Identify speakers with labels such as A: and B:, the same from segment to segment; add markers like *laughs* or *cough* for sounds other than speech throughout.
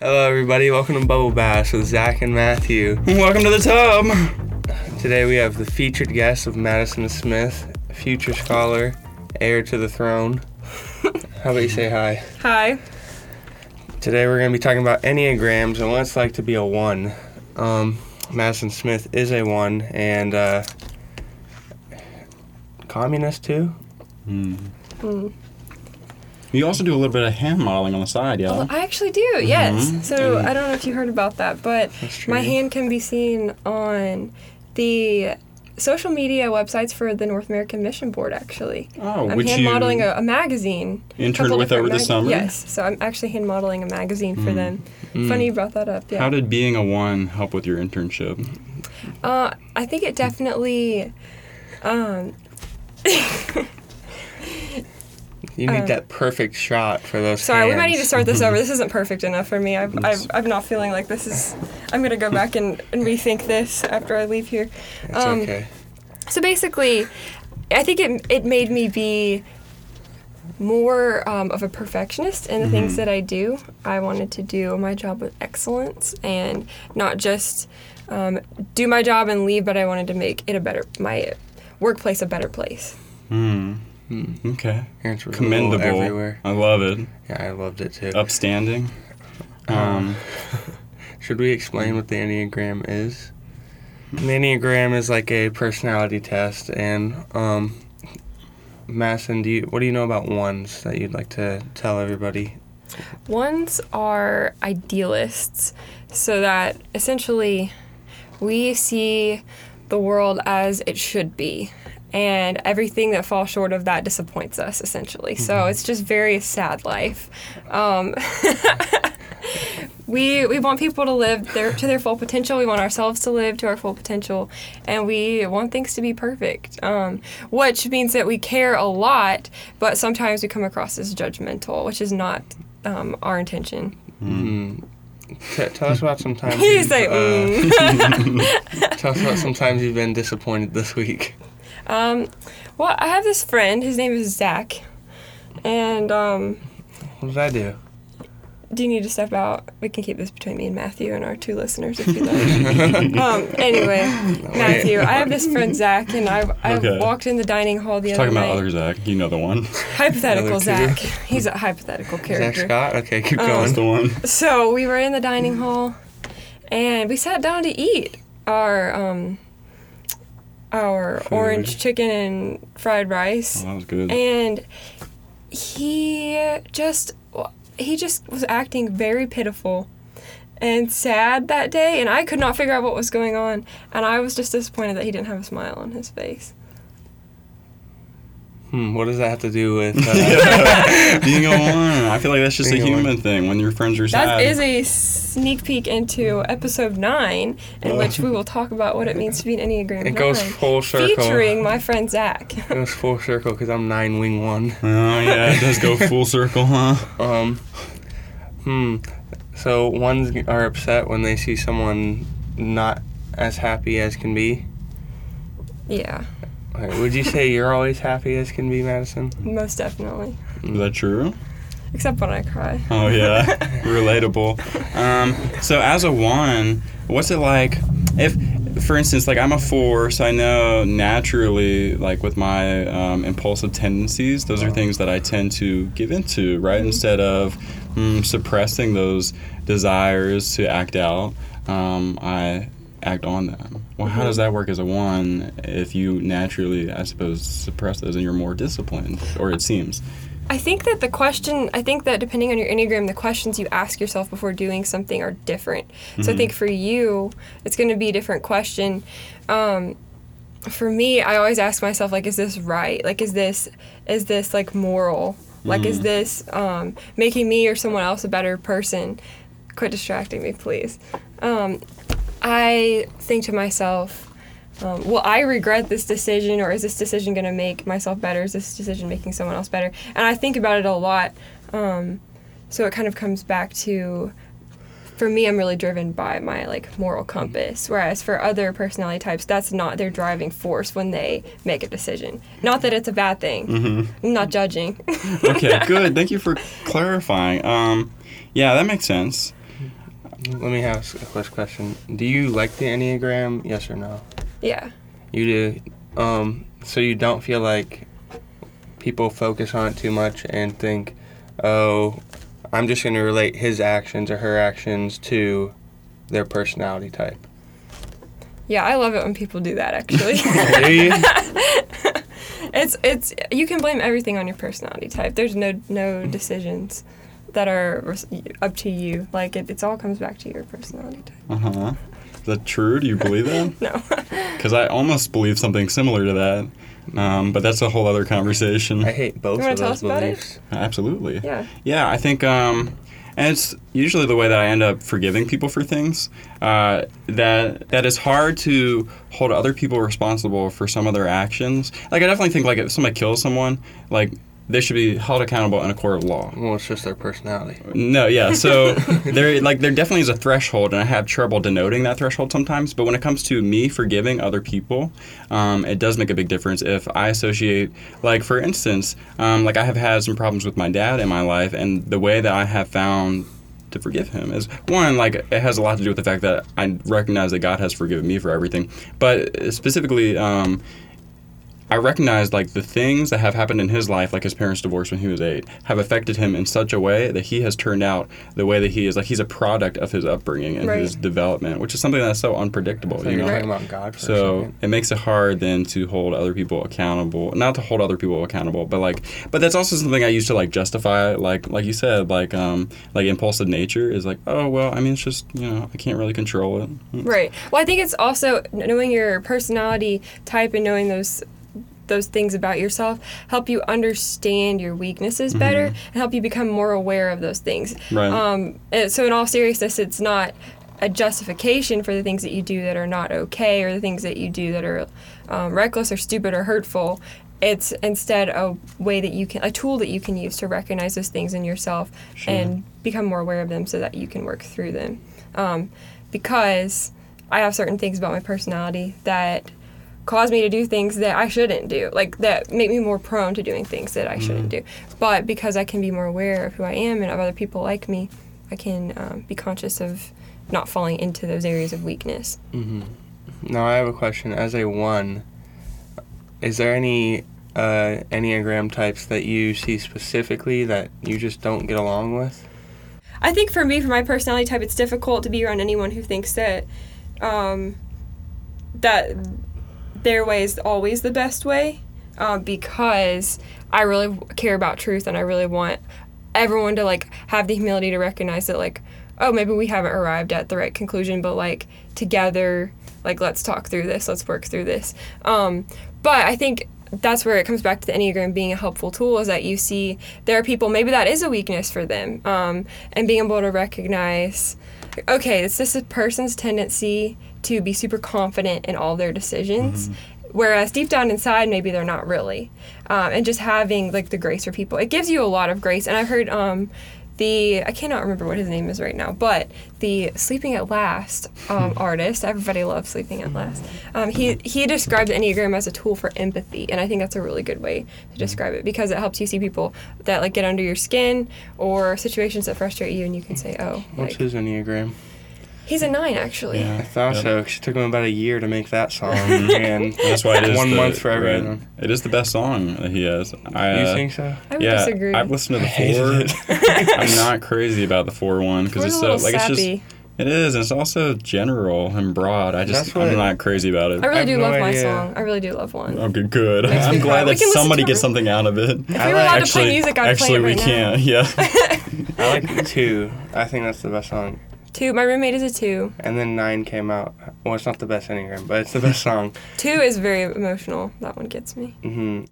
A: Hello, everybody. Welcome to Bubble Bash with Zach and Matthew.
B: Welcome to the tub.
A: Today we have the featured guest of Madison Smith, future scholar, heir to the throne. How about you say hi?
C: Hi.
A: Today we're going to be talking about Enneagrams and what it's like to be a one. Um, Madison Smith is a one and uh, communist too.
B: You also do a little bit of hand modeling on the side, yeah.
C: Well, I actually do, yes.
B: Mm-hmm.
C: So I don't know if you heard about that, but
A: That's true.
C: my hand can be seen on the social media websites for the North American Mission Board, actually.
B: Oh,
C: I'm
B: which
C: hand
B: you
C: modeling uh, a, a magazine. a
B: interned
C: couple
B: with
C: different
B: over the
C: mag-
B: summer? Mm.
C: Yes, so I'm actually hand modeling a magazine for them. Funny you brought that up, yeah.
B: How did being a one help with your internship?
C: Uh, I think it definitely. Um,
A: You need that perfect shot for those.
C: Uh, sorry, we might need to
A: hands.
C: start this over. This isn't perfect enough for me. I've, I've, I'm not feeling like this is. I'm going to go back and, and rethink this after I leave here.
A: It's
C: um,
A: okay.
C: So basically, I think it, it made me be more um, of a perfectionist in the things that I do. I wanted to do my job with excellence and not just um, do my job and leave, but I wanted to make it a better, my workplace a better place.
B: Hmm, Okay.
A: Hands were
B: Commendable.
A: cool Hmm. everywhere.
B: I love it.
A: Yeah, I loved it too.
B: Upstanding.
A: Oh. *laughs*
B: Um,
A: Should we explain what the Enneagram is? The Enneagram is like a personality test, and um, Masson, do you what do you know about ones that you'd like to tell everybody?
C: Ones are idealists, so that essentially we see the world as it should be, and everything that falls short of that disappoints us, essentially. So it's just very sad life. Um, *laughs* we we want people to live their to their full potential. We want ourselves to live to our full potential, and we want things to be perfect. Um, which means that we care a lot, but sometimes we come across as judgmental, which is not um,
A: *laughs*
C: our intention.
A: Hmm. T- tell us about some
C: *laughs*
A: times.
C: You
A: you've,
C: say,
A: uh,
C: *laughs* "Mm."
A: tell us about some times you've been disappointed this week.
C: Um, "Well, I have this friend. His name is Zach, and um,
A: What did I do?
C: do you need to step out? We can keep this between me and Matthew and our two listeners if you
A: *laughs*
B: *laughs*
C: like. um, anyway, Matthew, I have this friend Zach, and I, I
B: Okay.
C: walked in the dining hall the
B: talking
C: other
B: about
C: night.
B: other Zach, you know the one.
C: hypothetical
A: Another
C: Zach.
A: two.
C: *laughs* He's a hypothetical
A: Zach
C: character.
A: Scott. Okay, keep
B: That's the
A: going.
C: *laughs*
B: one.
C: So we were in the dining hall, and we sat down to eat our um, our orange chicken and fried rice.
B: Oh, that was good.
C: and he just he just was acting very pitiful and sad that day and i could not figure out what was going on and i was just disappointed that he didn't have a smile on his face
A: Hmm, what does that have to do with? Uh,
B: Yeah. *laughs* being a one. I feel like that's just
A: Being a
B: a
A: one.
B: human thing. When your friends are sad.
C: That is a sneak peek into episode 9 in which we will talk about what it means to be an enneagram
A: it goes
C: 9,
A: full circle.
C: featuring my friend zach
A: *laughs* It
C: *laughs*
A: goes full circle because I'm nine wing one.
B: Oh yeah, it does go full *laughs* circle, huh?
A: Um, hmm. So ones are upset when they see someone not as happy as can be.
C: yeah
A: Alright, would you say you're always happy as can be, Madison?
C: most definitely
B: Is that true?
C: except when i cry
B: Oh yeah,
C: *laughs*
B: relatable. Um, so as a one, what's it like? If, for instance, like I'm a four, so I know naturally, like with my um, impulsive tendencies, those are things that I tend to give into, right? Instead of mm, suppressing those desires to act out, um, I act on them. Well, how does that work as a one if you naturally, I suppose, suppress those and you're more disciplined, or it seems?
C: I think that the question, I think that depending on your Enneagram, the questions you ask yourself before doing something are different. So I think for you, it's going to be a different question. Um, for me, I always ask myself, like, is this right? Like, is this, is this like moral? Like, is this um, making me or someone else a better person? Quit distracting me, please. Um, I think to myself, um, will I regret this decision or is this decision going to make myself better? Is this decision making someone else better? And I think about it a lot. Um, so it kind of comes back to for me, I'm really driven by my like moral compass. Whereas for other personality types, that's not their driving force when they make a decision. Not that it's a bad thing. I'm not judging. *laughs*
B: Okay, good. Thank you for clarifying. Um, yeah, that makes sense.
A: Let me ask a first question. Do you like the Enneagram? Yes or no?
C: yeah.
A: You do. Um, so you don't feel like people focus on it too much and think, oh, I'm just going to relate his actions or her actions to their personality type.
C: Yeah, I love it when people do that actually. *laughs*
A: Do you?
C: it's it's you can blame everything on your personality type. There's no no decisions that are res- up to you. Like it, it's all comes back to your personality type.
B: Uh huh. Is that true? Do you believe that?
C: No. *laughs*
B: Because I almost believe something similar to that, um, but that's a whole other conversation.
A: I hate both
C: You wanna
A: of
C: tell
A: those
C: us about it?
A: beliefs.
B: Absolutely.
C: yeah.
B: Yeah, I think, um, and it's usually the way that I end up forgiving people for things. Uh, that that is hard to hold other people responsible for some of their actions. Like I definitely think, like if somebody kills someone, like they should be held accountable in a court of law.
A: Well, it's just their personality.
B: No, yeah. So *laughs* there, like, there definitely is a threshold, and I have trouble denoting that threshold sometimes. But when it comes to me forgiving other people, um, it does make a big difference if I associate, like, for instance, um, like I have had some problems with my dad in my life, and the way that I have found to forgive him is one like it has a lot to do with the fact that I recognize that God has forgiven me for everything, but specifically. Um, I recognized like the things that have happened in his life, like his parents' divorce when he was eight, have affected him in such a way that he has turned out the way that he is. Like he's a product of his upbringing and
C: Right.
B: his development, which is something that's so unpredictable.
A: So
B: you
A: you're
B: know?
A: talking about God for a
B: So
A: second.
B: it makes it hard then to hold other people accountable. Not to hold other people accountable, but like, but that's also something I used to like justify. Like, like you said, like, um, like impulsive nature is like, oh well, I mean, it's just you know, I can't really control it.
C: Right. Well, I think it's also knowing your personality type and knowing those those things about yourself help you understand your weaknesses better and help you become more aware of those things.
B: Right.
C: Um, and so, in all seriousness, it's not a justification for the things that you do that are not okay or the things that you do that are um, reckless or stupid or hurtful. It's instead a way that you can, a tool that you can use to recognize those things in yourself and become more aware of them so that you can work through them. Um, because I have certain things about my personality that cause me to do things that I shouldn't do, like that make me more prone to doing things that I shouldn't do. But because I can be more aware of who I am and of other people like me, I can um, be conscious of not falling into those areas of weakness.
A: Mm-hmm. Now I have a question. As a one, is there any uh, enneagram types that you see specifically that you just don't get along with?
C: I think for me, for my personality type, it's difficult to be around anyone who thinks that um, that their way is always the best way, um, because I really w- care about truth and I really want everyone to like have the humility to recognize that like, oh, maybe we haven't arrived at the right conclusion, but like together, like let's talk through this, let's work through this. Um, but I think that's where it comes back to the enneagram being a helpful tool is that you see there are people maybe that is a weakness for them um, and being able to recognize okay it's this person's tendency to be super confident in all their decisions whereas deep down inside maybe they're not really um, and just having like the grace for people it gives you a lot of grace and i've heard um, the i cannot remember what his name is right now but the sleeping at last um, artist everybody loves sleeping at last um, he he described the enneagram as a tool for empathy and i think that's a really good way to describe it because it helps you see people that like get under your skin or situations that frustrate you and you can say oh
A: What's
C: like,
A: his enneagram?
C: he's a nine actually
A: I thought
B: Yeah.
A: so. 'cause it took him about a year to make that
B: *laughs*
A: song, and
B: That's why it is
A: one
B: the-
A: month for
B: right.
A: everyone.
B: It is the best song that he has. I,
A: You
B: uh,
A: think so?
C: i would
B: yeah,
C: disagree
B: I've listened
A: *laughs*
B: to
A: I hated
B: the
A: it.
B: four. *laughs* I'm not crazy about the four one because
C: We're
B: it's
C: a
B: so
C: little
B: like it's just
C: sappy.
B: it is. And it's also general and broad. I
A: That's
B: just
A: what-
B: I'm not crazy about it.
C: i really
A: have
C: do
A: no
C: love my
A: idea.
C: song i really do love one
B: okay, good.
A: Makes me
B: I'm
A: cry.
B: glad
C: We
B: that
C: can listen
B: somebody
C: to
B: gets
C: it.
B: something out of it.
C: if we were
A: I
C: allowed
A: like-
C: to play music i'd
B: actually
C: play it
B: we
C: right now
B: can't. Yeah.
C: *laughs*
A: I like two. I think that's the best song.
C: two my roommate is a two
A: And then nine came out. Well, it's not the best enneagram, but it's the best song.
C: two is very emotional that one gets me
A: hmm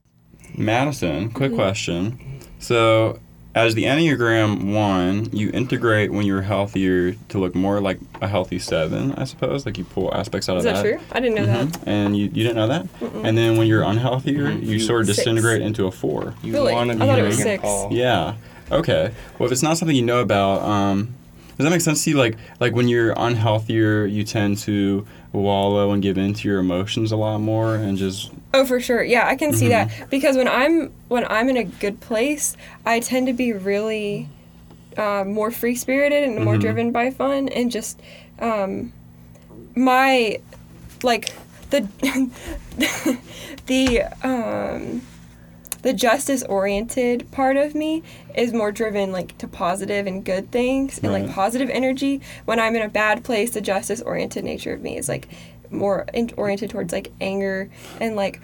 B: Madison, quick question. So, as the Enneagram 1, you integrate when you're healthier to look more like a healthy 7, I suppose. Like you pull aspects out
C: is
B: of
C: that
B: that.
C: true i didn't know that
B: Mhm. And you, you didn't know that? And then when you're unhealthier,
A: Mhm.
B: you sort of
C: Six.
B: disintegrate into a 4.
A: You
C: Really?
A: want to
C: I
A: be
C: thought it
A: Logan
C: was six.
A: Paul.
B: Yeah. Okay. Well, if it's not something you know about, um, Does that make sense to you? Like, like when you're unhealthier, you tend to wallow and give in to your emotions a lot more, and just
C: Oh, for sure. Yeah, I can see
B: Mm-hmm.
C: that because when I'm when I'm in a good place, I tend to be really uh, more free spirited and
B: Mm-hmm.
C: more driven by fun and just um, my like the *laughs* the um, the justice oriented part of me is more driven like to positive and good things and like
B: Right.
C: positive energy. When I'm in a bad place, the justice oriented nature of me is like more in- oriented towards like anger and like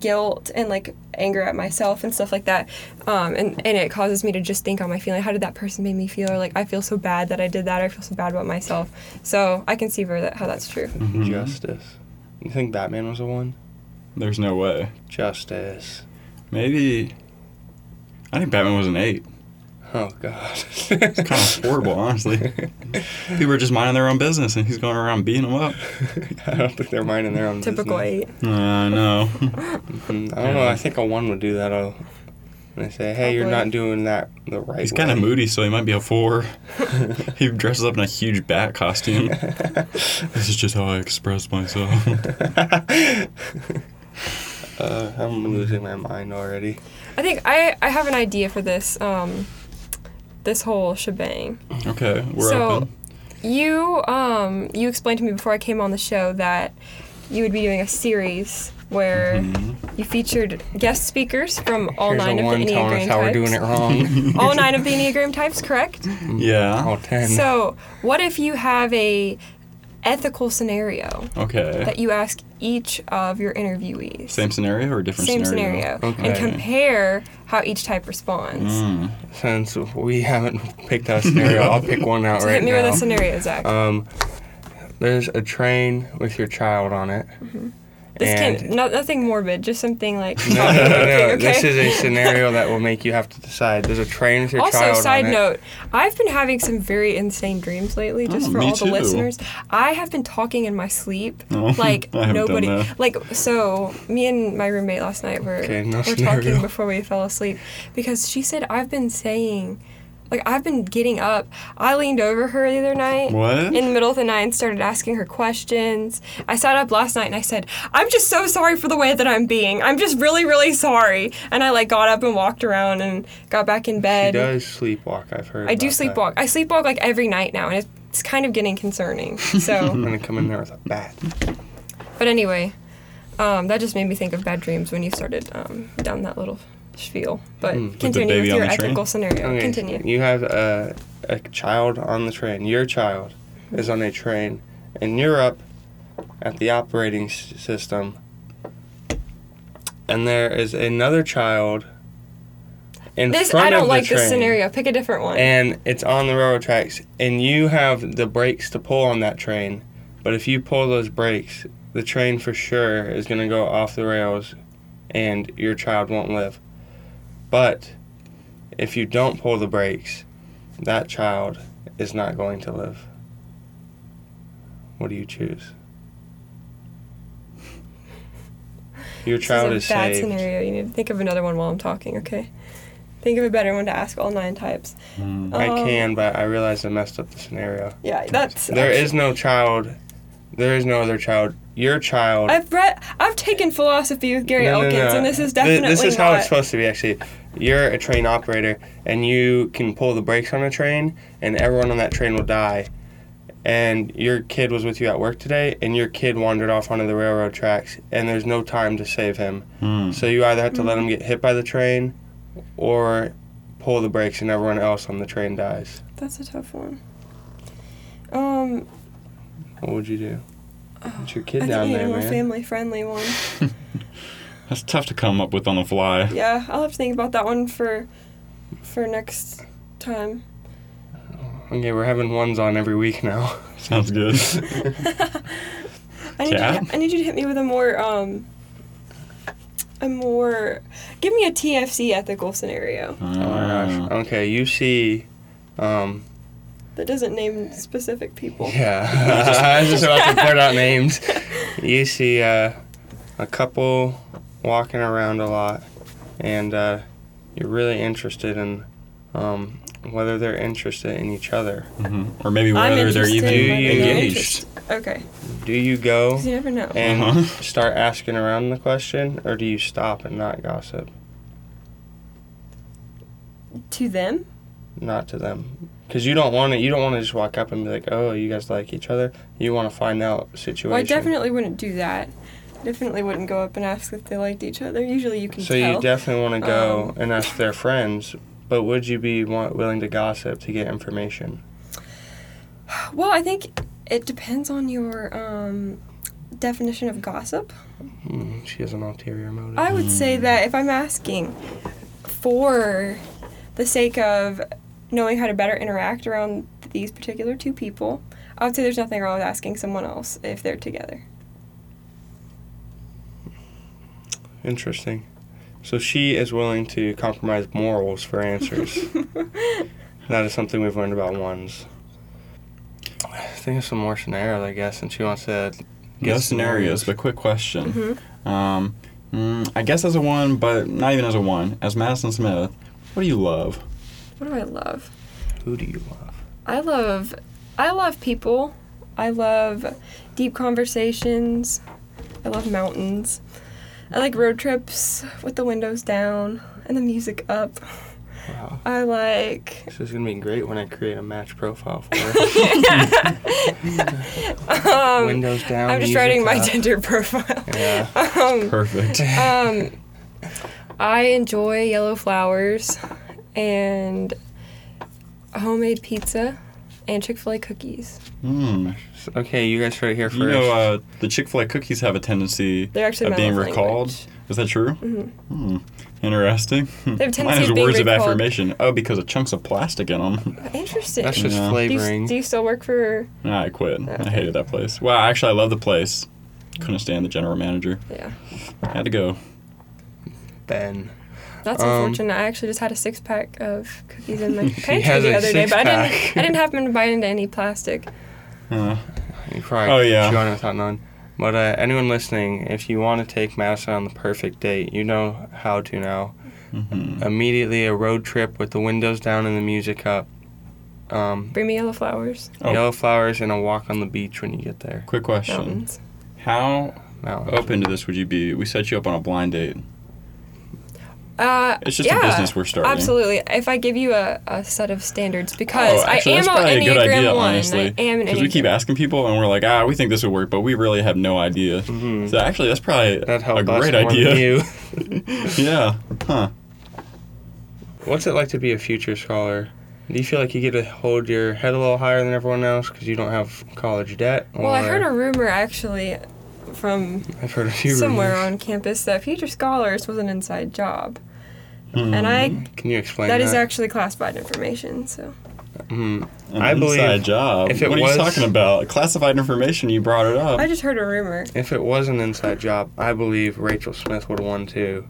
C: guilt and like anger at myself and stuff like that um, and, and it causes me to just think on my feeling how did that person make me feel or like i feel so bad that i did that i feel so bad about myself so i can see where that, how that's true
A: Mm,
B: Mm-hmm.
A: Justice. You think Batman was the one?
B: there's no way.
A: Justice.
B: Maybe I think Batman was an eight.
A: Oh God.
B: It's
A: *laughs*
B: kind of horrible, honestly. People are just minding their own business, and he's going around beating them up.
A: I don't think they're minding their own
C: typical
A: business.
C: eight
B: I know.
A: Mm, I don't know. I think a one would do that. I'll, they say, hey, you're
C: Probably.
A: not doing that the right
B: He's kind of moody, so he might be a four. he dresses up in a huge bat costume.
A: *laughs*
B: this is just how I express myself.
A: *laughs*
B: *laughs*
A: uh, I'm losing my mind already.
C: i think i i have an idea for this um this whole shebang
B: okay, we're
C: so
B: open.
C: you um you explained to me before i came on the show that you would be doing a series where you featured guest speakers from all
A: Mm-hmm. Here's
C: nine
A: a
C: of
A: one
C: the
A: telling
C: enneagram
A: us how we're
C: types
A: doing it wrong.
B: *laughs*
C: all nine of the enneagram types
A: *laughs*
C: correct
A: all
B: Yeah.
A: ten.
C: So, what if you have a ethical scenario
B: Okay.
C: that you ask each of your interviewees?
B: Same scenario or different
C: Same
B: scenario?
C: scenario.
A: Okay. Mm.
C: And compare how each type responds.
A: Since we haven't picked out a scenario, I'll pick one out
C: So
A: right
C: *laughs* hit me
A: now.
C: with a scenario, Zach.
A: Um, there's a train with your child on it.
C: this
A: and
C: can't, no, nothing morbid, just something like.
A: *laughs* no, no, no, no.
C: Okay,
A: This
C: okay.
A: is a scenario that will make you have to decide. There's a train with your child
C: Also,
A: on
C: side
A: it.
C: note, I've been having some very insane dreams lately, just
B: Oh,
C: for
B: me
C: all
B: too.
C: the listeners. I have been talking in my
A: *laughs*
C: sleep,
B: Oh,
C: like
B: I haven't done
C: nobody.
B: that.
C: Like so, me and my roommate last night were
A: Okay, no
C: were
A: scenario.
C: talking before we fell asleep because she said I've been saying. Like I've been getting up. I leaned over her the other night
B: What?
C: in the middle of the night and started asking her questions. I sat up last night and I said, "I'm just so sorry for the way that I'm being. I'm just really, really sorry." And I like got up and walked around and got back in
A: She
C: bed.
A: does sleepwalk. I've heard.
C: I do
A: about that.
C: sleepwalk. I sleepwalk like every night now, and it's, it's kind of getting concerning.
A: I'm *laughs*
C: So,
A: gonna come in there with a
C: *laughs*
A: bat.
C: but anyway, um, that just made me think of bad dreams when you started um, down that little spiel. But
A: Hmm,
C: continue
B: baby
C: with
B: on
C: your
B: the train?
C: ethical scenario.
A: Okay,
C: Continue.
A: You have a, a child on the train. Your child is on a train in Europe at the operating s- system, and there is another child in
C: This
A: front
C: I
A: of
C: don't
A: the
C: like
A: train.
C: this scenario. Pick a different one.
A: And it's on the railroad tracks, and you have the brakes to pull on that train. But if you pull those brakes, the train for sure is going to go off the rails, and your child won't live. But if you don't pull the brakes, that child is not going to live. What do you choose? Your
C: This
A: child
C: is
A: is,
C: a bad
A: saved.
C: scenario. You need to think of another one while I'm talking. Okay. Think of a better one to ask all nine types.
A: Mm. I
C: Um,
A: can, but I realize I messed up the scenario.
C: Yeah, that's.
A: There is no child. There is no other child. Your child.
C: I've read. I've taken philosophy with Gary Elkins, and this is
A: Th-
C: definitely
A: This is how
C: not-
A: it's supposed to be, actually. You're a train operator, and you can pull the brakes on a train, and everyone on that train will die. And your kid was with you at work today, and your kid wandered off onto the railroad tracks, and there's no time to save him.
B: Hmm.
A: So you either have to
C: Hmm.
A: let him get hit by the train, or pull the brakes, and everyone else on the train dies.
C: That's a tough one. Um,
A: What would you do? It's your
C: Oh, I
A: kid
C: think I
A: down
C: need
A: there,
C: a more
A: man.
C: family-friendly one.
B: That's tough to come up with on the fly. *laughs*
C: Yeah, I'll have to think about that one for, for next time.
A: Okay, we're having ones on every week now.
C: *laughs*
B: Sounds good.
C: I need, you
B: Tab?
C: to, I need you to hit me with a more um. A more, give me a TFC ethical scenario
A: *laughs* Oh my
B: Uh,
A: gosh.
B: Ah.
A: Okay, you see. Um,
C: that doesn't name specific people.
A: *laughs* yeah, I was just about to point out *laughs* names. You see uh, a couple walking around a lot, and uh, you're really interested in um, whether they're interested in each other.
B: mm-hmm. Or maybe
C: I'm
B: whether they're
C: interested
B: even
C: in whether they're
B: engaged.
C: interested. Okay.
A: Do you go
C: 'Cause you never know.
A: and
B: Uh-huh.
A: start asking around the question, or do you stop and not gossip?
C: to them?
A: Not to them, because you don't want to. You don't want to just walk up and be like, "Oh, you guys like each other." You want to find out situation.
C: Well, I definitely wouldn't do that. Definitely wouldn't go up and ask if they liked each other. Usually you can
A: so
C: tell.
A: you definitely want to go
C: Um,
A: and ask their friends, but would you be want, willing to gossip to get information?
C: well, I think it depends on your um, definition of gossip.
A: Hmm, she has an ulterior motive.
C: I would say
A: Hmm.
C: that if I'm asking for the sake of knowing how to better interact around these particular two people, I would say there's nothing wrong with asking someone else if they're together.
A: Interesting. So she is willing to compromise morals for
C: *laughs*
A: answers. that is something we've learned about ones. Think of some more scenarios, I guess, and she wants to.
B: No
A: guess
B: scenarios, but quick question.
C: Mm-hmm.
B: Um, mm, I guess as a one, but not even as a one. As Madison Smith, what do you love?
C: What do I love?
A: Who do you love?
C: I love I love people. I love deep conversations. I love mountains. I like road trips with the windows down and the music up.
A: Wow.
C: I like
A: This is gonna be great when I create a match profile
C: *laughs*
A: for her.
C: um
A: Windows down.
C: I'm just
A: music
C: writing my
A: up.
C: *laughs* Tinder profile.
A: Yeah.
C: Um, *laughs*
B: Perfect.
C: um I enjoy yellow flowers and homemade pizza and Chick-fil-A cookies.
B: Mm.
A: Okay, you guys heard it here first.
B: You know, uh, the Chick Fil A cookies have a tendency
C: They're actually
B: of
C: my
B: being
C: love
B: recalled.
C: language.
B: Is that true? Mm-hmm. Interesting.
C: They have a
B: *laughs* Mine
C: tendency
B: has
C: of being
B: words of
C: recalled.
B: affirmation. Oh, because of chunks of plastic in them.
C: Interesting.
A: That's just
B: Yeah.
C: do,
A: flavoring.
C: you, do you still work for
B: I quit. I hated that place. Wow, actually, I love the place. Couldn't stand the general manager.
C: yeah.
B: Had to go.
A: ben.
C: That's
A: Um,
C: unfortunate. I actually just had a six pack of cookies
A: *laughs*
C: in my pantry
A: has
C: the
A: a
C: other day, but I
A: six-pack.
C: didn't. I didn't happen to bite into any plastic.
B: Uh,
A: You probably
B: Oh,
A: oh,
B: yeah.
A: yeah. chew on it without knowing. But uh, anyone listening, if you want to take Madison on the perfect date, you know how to now.
B: Mm-hmm.
C: Uh,
A: Immediately a road trip with the windows down and the music up. Um,
C: Bring me yellow flowers,
B: Oh.
A: Yellow flowers and a walk on the beach when you get there.
B: quick question.
C: mountains.
B: How
A: Mountain.
B: open to this would you be? We set you up on a blind date.
C: Uh,
B: It's just a
C: yeah,
B: business we're starting.
C: Absolutely. If I give you a, a set of standards, because
B: oh, actually,
C: I am
B: that's probably
C: an
B: a good
C: Enneagram
B: idea,
C: one.
B: honestly.
C: I am an Enneagram.
B: we keep asking people and we're like, ah, we think this would work, but we really have no idea.
C: Mm-hmm.
B: So actually, that's probably
A: That helped
B: a
A: us
B: great
A: more than
B: idea.
A: you.
B: *laughs* yeah. Huh.
A: What's it like to be a future scholar? Do you feel like you get to hold your head a little higher than everyone else because you don't have college debt?
C: well, I
A: or-
C: heard a rumor actually from
A: I've heard a few
C: somewhere
A: rumors.
C: on campus that Future Scholars was an inside job, and I
A: Can you explain
C: that
A: Mm-hmm. that?
C: is actually classified information. So
A: Mhm.
B: Mm-hmm. An
A: I believe
B: inside job.
A: if it
B: what
A: was-
B: are you talking about? Classified information. You brought it up.
C: I just heard a rumor.
A: If it was an inside job, I believe Rachel Smith would have won
C: *laughs*
A: too,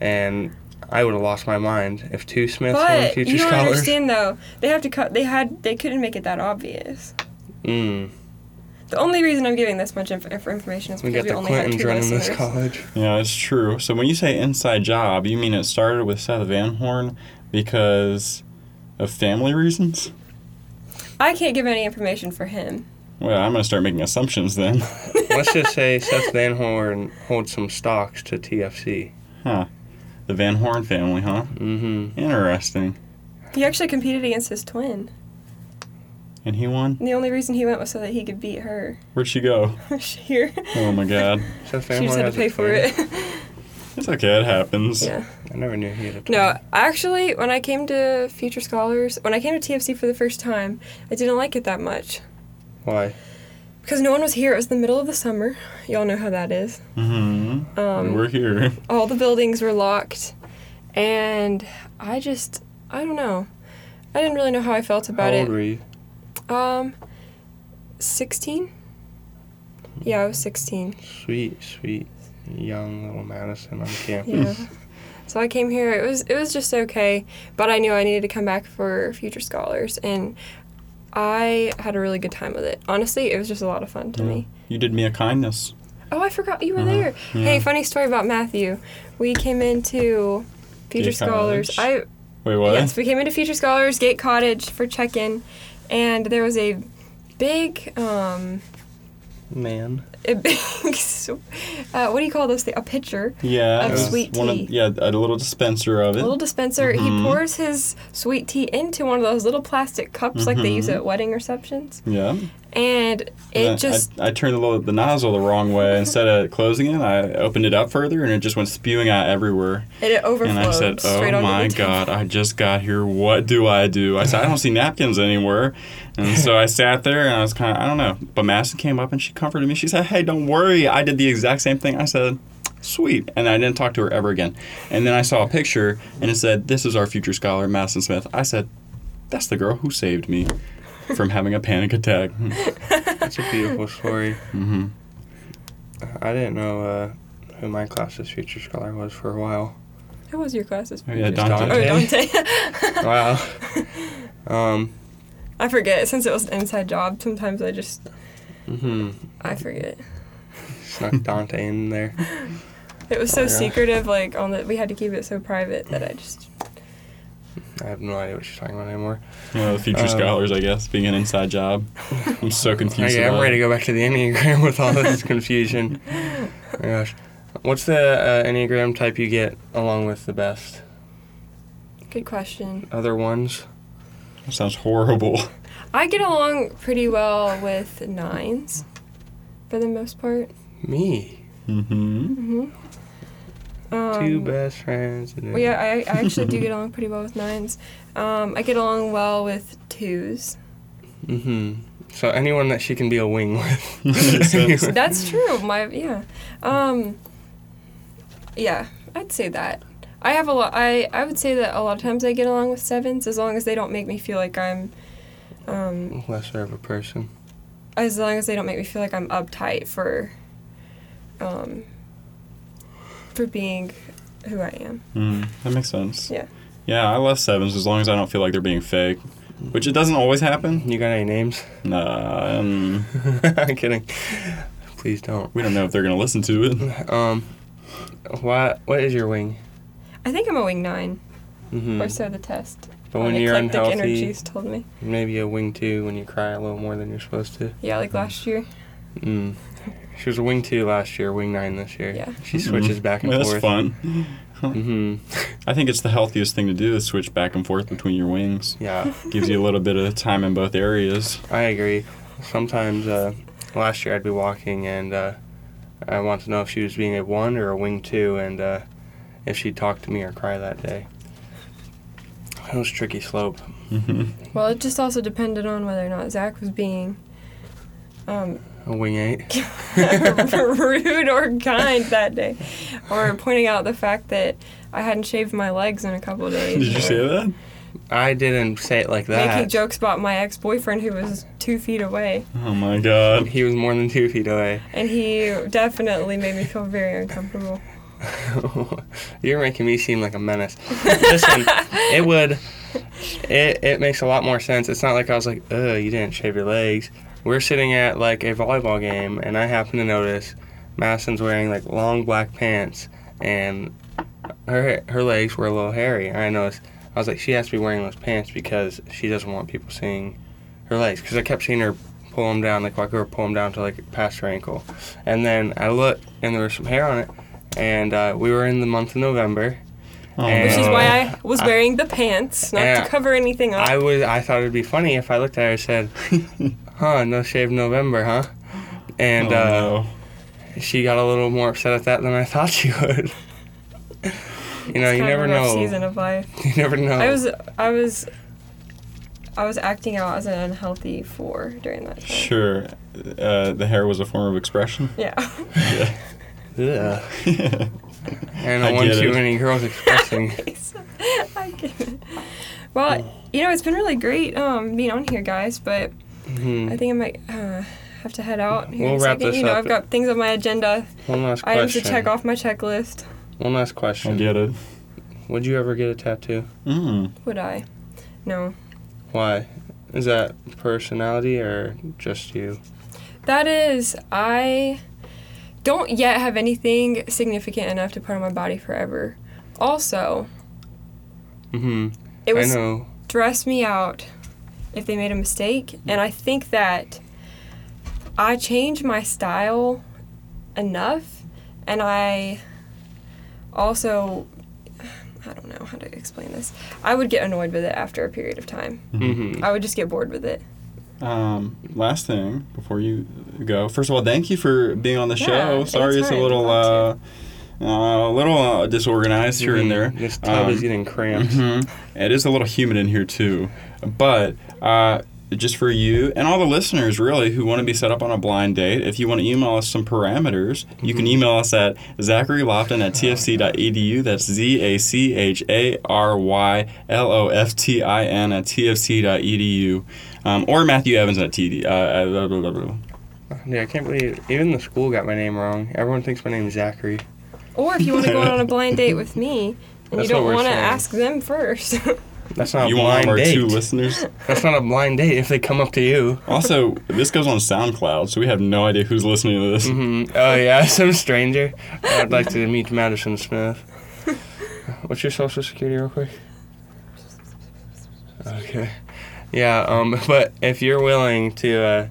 A: and I would have lost my mind if two Smiths won
C: But
A: future
C: you don't
A: scholars.
C: understand though. They have to cut. They had. They couldn't make it that obvious.
A: *laughs* Mm,
C: The only reason I'm giving this much inf- inf- information is
A: we
C: because
A: got
C: we,
A: the
C: only had
A: Clintons
C: two
A: running
C: listeners.
A: this
C: *laughs*
A: college.
B: Yeah, it's true. So when you say inside job, you mean it started with Seth Van Horn because of family reasons?
C: I can't give any information for him.
B: Well, I'm gonna start making assumptions then. *laughs*
A: Let's just say Seth Van Horn holds some stocks to TFC.
B: The Van Horn family, huh?
A: Mm-hmm.
B: Interesting.
C: He actually competed against his twin.
B: And he won.
C: And the only reason he went was so that he could beat her. *laughs*
B: Where'd she go?
C: Here,
B: Oh my God.
A: Seth Van
C: *laughs* she
A: Horn
C: just had
A: has
C: to
A: a
C: pay for
A: twin.
C: it.
B: It's okay. It
C: *laughs*
B: happens.
C: yeah.
A: I never knew he had a twin.
C: No, actually, when I came to Future Scholars, when I came to TFC for the first time, I didn't like it that much
A: Why?
C: because no one was here. It was the middle of the summer. Y'all know how that is.
B: hmm
C: Um,
B: We're here.
C: all the buildings were locked and i just i don't know i didn't really know how i felt about
A: How old
C: it
A: were you?
C: um 16 yeah i was 16
A: Sweet, sweet, young little Madison
C: *laughs*
A: on
C: yeah
A: campus.
C: so i came here it was it was just okay but i knew i needed to come back for future scholars and i had a really good time with it honestly it was just a lot of fun to me
B: You did me a kindness.
C: oh i forgot you were
B: Uh-huh,
C: there
B: yeah.
C: hey funny story about matthew we came into future
B: Dear
C: scholars
B: College.
C: i
B: Wait, what?
C: Yes, we came into Future Scholars Gate Cottage for check-in, and there was a big, um,
A: Man.
C: a *laughs* big, uh, what do you call those? Thing? A pitcher,
B: Yeah,
C: Of
B: it was
C: sweet
B: one of-
C: tea.
B: yeah, a little dispenser of
C: a
B: it.
C: little dispenser.
B: mm-hmm.
C: He pours his sweet tea into one of those little plastic cups like they use at wedding receptions,
B: yeah, And
C: and it
B: Mm-hmm. I-
C: just
B: I, I turned the, little, the nozzle the wrong way. Instead of closing it, I opened it up further, and it just went spewing out everywhere.
C: it, overflowed
B: And I said,
C: straight
B: "Oh
C: onto *laughs*
B: my
C: the table."
B: God! I just got here. What do I do?" I said, "I don't see napkins anywhere," and so I sat there and I was kind of, I don't know. But Madison came up and she comforted me. She said, "Hey, don't worry. I did the exact same thing." I said, "Sweet," and I didn't talk to her ever again. And then I saw a picture and it said, "This is our future scholar, Madison Smith." I said, "That's the girl who saved me." From having a panic attack. *laughs*
A: That's a beautiful story.
B: hmm
A: I didn't know uh, who my class's future scholar was for a while.
C: Who was your classes?
B: Oh, yeah,
A: Just
B: Dante.
C: Oh,
A: Dante. *laughs*
C: Dante. *laughs*
A: Wow. Um,
C: I forget since it was an inside job. Sometimes I just
A: hmm
C: I forget.
A: Snuck Dante in there.
C: It was so
A: Oh, Yeah.
C: secretive, like on the we had to keep it so private that I just
A: I have no idea what you're talking about anymore.
B: You know, the future
A: Um,
B: scholars, I guess, being an inside job.
A: *laughs*
B: I'm so confused.
A: Okay, I'm
B: about
A: ready to
B: it.
A: go back to the Enneagram with all this confusion. Oh my gosh. What's the uh, Enneagram type you get along with the best?
C: good question.
A: Other ones?
B: Sounds horrible. *laughs*
C: I get along pretty well with nines, for the most part.
A: Me.
B: hmm
C: hmm
A: Two
C: Um,
A: best friends. and then-
C: well, yeah, I, I actually do get along pretty well with nines. Um, I get along well with twos.
A: Mhm. So anyone that she can be a wing with.
B: *laughs* Makes sense.
C: That's true. My yeah, um, yeah. I'd say that. I have a lot. I I would say that a lot of times I get along with sevens as long as they don't make me feel like I'm. Um,
A: Lesser of a person.
C: as long as they don't make me feel like I'm uptight for um for being who I am.
B: Mm, that makes sense.
C: Yeah.
B: Yeah, I love sevens as long as I don't feel like they're being fake, which it doesn't always happen.
A: You got any names? *laughs*
B: Nah, um,
A: I'm kidding. Please don't.
B: we don't know if they're gonna listen to it.
A: Um, what what is your wing?
C: I think I'm a wing 9
A: Mm-hmm.
C: or so the test.
A: But
C: on
A: when you're
C: Eclectic
A: unhealthy,
C: energies told me.
A: maybe a wing two when you cry a little more than you're supposed to.
C: Yeah, like last year.
A: Mm. She was a wing two last year, wing nine this year.
C: Yeah.
A: She switches
B: Mhm.
A: back and
B: Well,
A: forth.
B: That's fun.
A: Mm-hmm.
B: I think it's the healthiest thing to do is switch back and forth between your wings.
A: Yeah,
B: Gives you a little bit of time in both areas. *laughs*
A: I agree. Sometimes uh, last year I'd be walking and uh, I want to know if she was being a one or a wing two and uh, if she'd talk to me or cry that day. It was a tricky slope.
B: Mhm.
C: Well, it just also depended on whether or not Zach was being um, *laughs*
A: A wing eight. *laughs*
C: rude or kind that day, or pointing out the fact that I hadn't shaved my legs in a couple of days.
B: Did you say that?
A: I didn't say it like that.
C: Making jokes about my ex-boyfriend who was two feet away.
B: Oh my god.
A: He was more than two feet away.
C: and he definitely made me feel very uncomfortable.
A: *laughs* You're making me seem like a menace. Listen, it would. It, it makes a lot more sense. It's not like I was like, ugh, you didn't shave your legs. We're sitting at like a volleyball game, and I happen to notice Madison's wearing like long black pants, and her her legs were a little hairy. And I noticed. I was like, she has to be wearing those pants because she doesn't want people seeing her legs. Because I kept seeing her pull them down, like walk over, pull them down to like past her ankle, and then I looked, and there was some hair on it. And uh, we were in the month of November.
B: Oh,
A: Which
C: Which is
B: no.
C: why I was wearing the pants, not
A: Yeah.
C: to cover anything up.
A: I was I thought it'd be funny if I looked at her and said,
B: *laughs*
A: "Huh, no shave November, huh?" And
B: Oh,
A: uh,
B: no.
A: she got a little more upset at that than I thought she would. *laughs* you know,
C: It's
A: you
C: kind of
A: never
C: a rough
A: know. Oh.
C: Season of life.
A: *laughs* You never know.
C: I was, I was, I was acting out as an unhealthy four during that time.
B: Sure. Uh, the hair was a form of expression. *laughs*
C: Yeah. *laughs*
B: Yeah. *laughs*
A: Ugh.
B: yeah.
A: And
B: I
A: I want
B: get
A: too
B: it.
A: many
C: *laughs*
A: girls expressing.
C: I get it. Well, you know, it's been really great um, being on here, guys. But
A: Mhm.
C: I think I might uh, have to head out. Here in
A: We'll
C: a
A: wrap
C: second.
A: this
C: You know,
A: up.
C: I've got things on my agenda,
A: One last question.
C: items to check off my checklist.
A: One last
B: I
A: question.
B: get it.
A: Would you ever get a tattoo?
B: Mm.
C: Would I? No.
A: Why? Is that personality or just you?
C: That is, I don't yet have anything significant enough to put on my body forever. Also,
A: hmm
C: it was
A: I know.
C: dress me out if they made a mistake. And I think that I changed my style enough and I also *sighs* I don't know how to explain this. I would get annoyed with it after a period of time.
A: Mm-hmm.
C: I would just get bored with it.
B: Um, last thing before you go. First of all, thank you for being on the
C: Yeah,
B: show.
C: it's
B: Sorry, it's a
C: fine.
B: little uh,
C: Glad
B: uh, a little uh, disorganized here and there.
A: This tub
B: Um,
A: is getting
B: *laughs*
A: cramped.
B: mhm. It is a little humid in here too, but uh, just for you and all the listeners really who want to be set up on a blind date, if you want to email us some parameters, you
A: Mm-hmm.
B: can email us at Zachary Lofton at tfc.edu. E That's Z A C H A R Y L O F T I N at tfc.edu, E um, or Matthew Evans at TD. Uh, uh, blah, blah, blah, blah.
A: Yeah, I can't believe even the school got my name wrong. Everyone thinks my name's Zachary.
C: Or if you want
A: *laughs*
C: to go on a blind date with me and
A: That's
C: you don't
A: what we're
C: want to
A: saying.
C: ask them first. *laughs*
A: That's not
B: You
A: a
B: want
A: blind
B: our
A: date.
B: two listeners?
A: That's not a blind date if they come up to you.
B: Also, this goes on SoundCloud, so we have no idea who's listening to this.
A: hmm Oh yeah, *laughs* some stranger. I'd like to meet Madison Smith. *laughs* What's your social security, real quick? Okay. Yeah. Um. *laughs* But if you're willing to uh,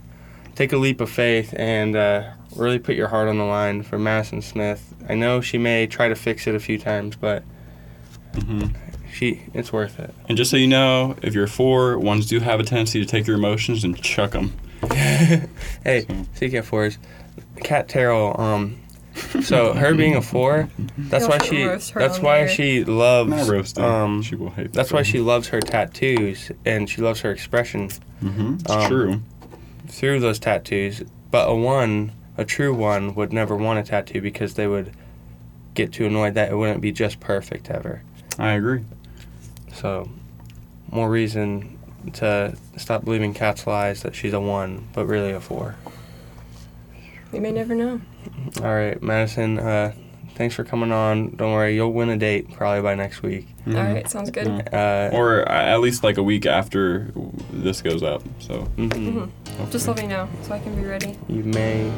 A: take a leap of faith and uh, really put your heart on the line for Madison Smith, I know she may try to fix it a few times, but Mm-hmm.
B: Mhm.
A: she it's worth it.
B: And just so you know, if you're four, ones do have a tendency to take your emotions and chuck them.
A: *laughs* hey,
B: So-
A: speaking of fours, Kat Terrell. Um, so her being a four, that's
C: Y'all
A: why
C: shouldn't
A: she.
C: roast her
A: That's
C: on
A: why
C: here.
A: she loves.
B: Not roasting.
A: Um,
B: she will hate.
A: that's why she loves her tattoos and she loves her expression
B: Mm-hmm. It's
A: um,
B: true.
A: through those tattoos. But a one, a true one, would never want a tattoo because they would get too annoyed that it wouldn't be just perfect ever.
B: I agree.
A: So, more reason to stop believing Kat's lies that she's a one, but really a four.
C: we may never know.
A: All right, Madison. Uh, thanks for coming on. Don't worry, you'll win a date probably by next week.
B: Mhm.
C: All right, sounds good.
B: Yeah.
A: Uh,
B: Or a- at least like a week after this goes up. So
A: mhm.
C: Mhm. Just let me know so I can be ready.
A: you may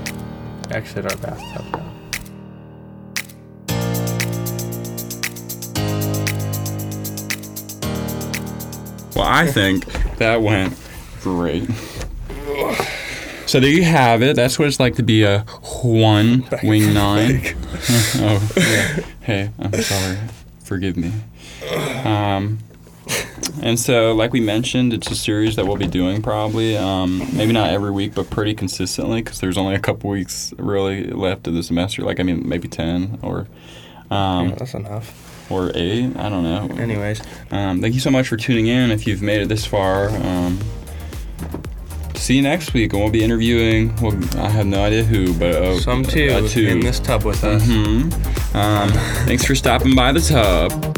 A: exit our bathtub now.
B: Well, I think that went great. So there you have it. That's what it's like to be a one wing nine. *laughs* oh, yeah. hey, I'm sorry. Forgive me. Um, and so, like we mentioned, it's a series that we'll be doing probably, um, maybe not every week, but pretty consistently because there's only a couple weeks really left of the semester. Like, I mean, maybe ten or
A: Yeah,
B: um,
A: that's enough.
B: or eight. I don't know.
A: Anyways,
B: Um, thank you so much for tuning in. If you've made it this far, um, see you next week, and we'll be interviewing. Well, I have no idea who, but uh,
A: some two
B: a two. Mm-hmm.
A: in this tub with us.
B: Mhm. Um, thanks for stopping by the tub.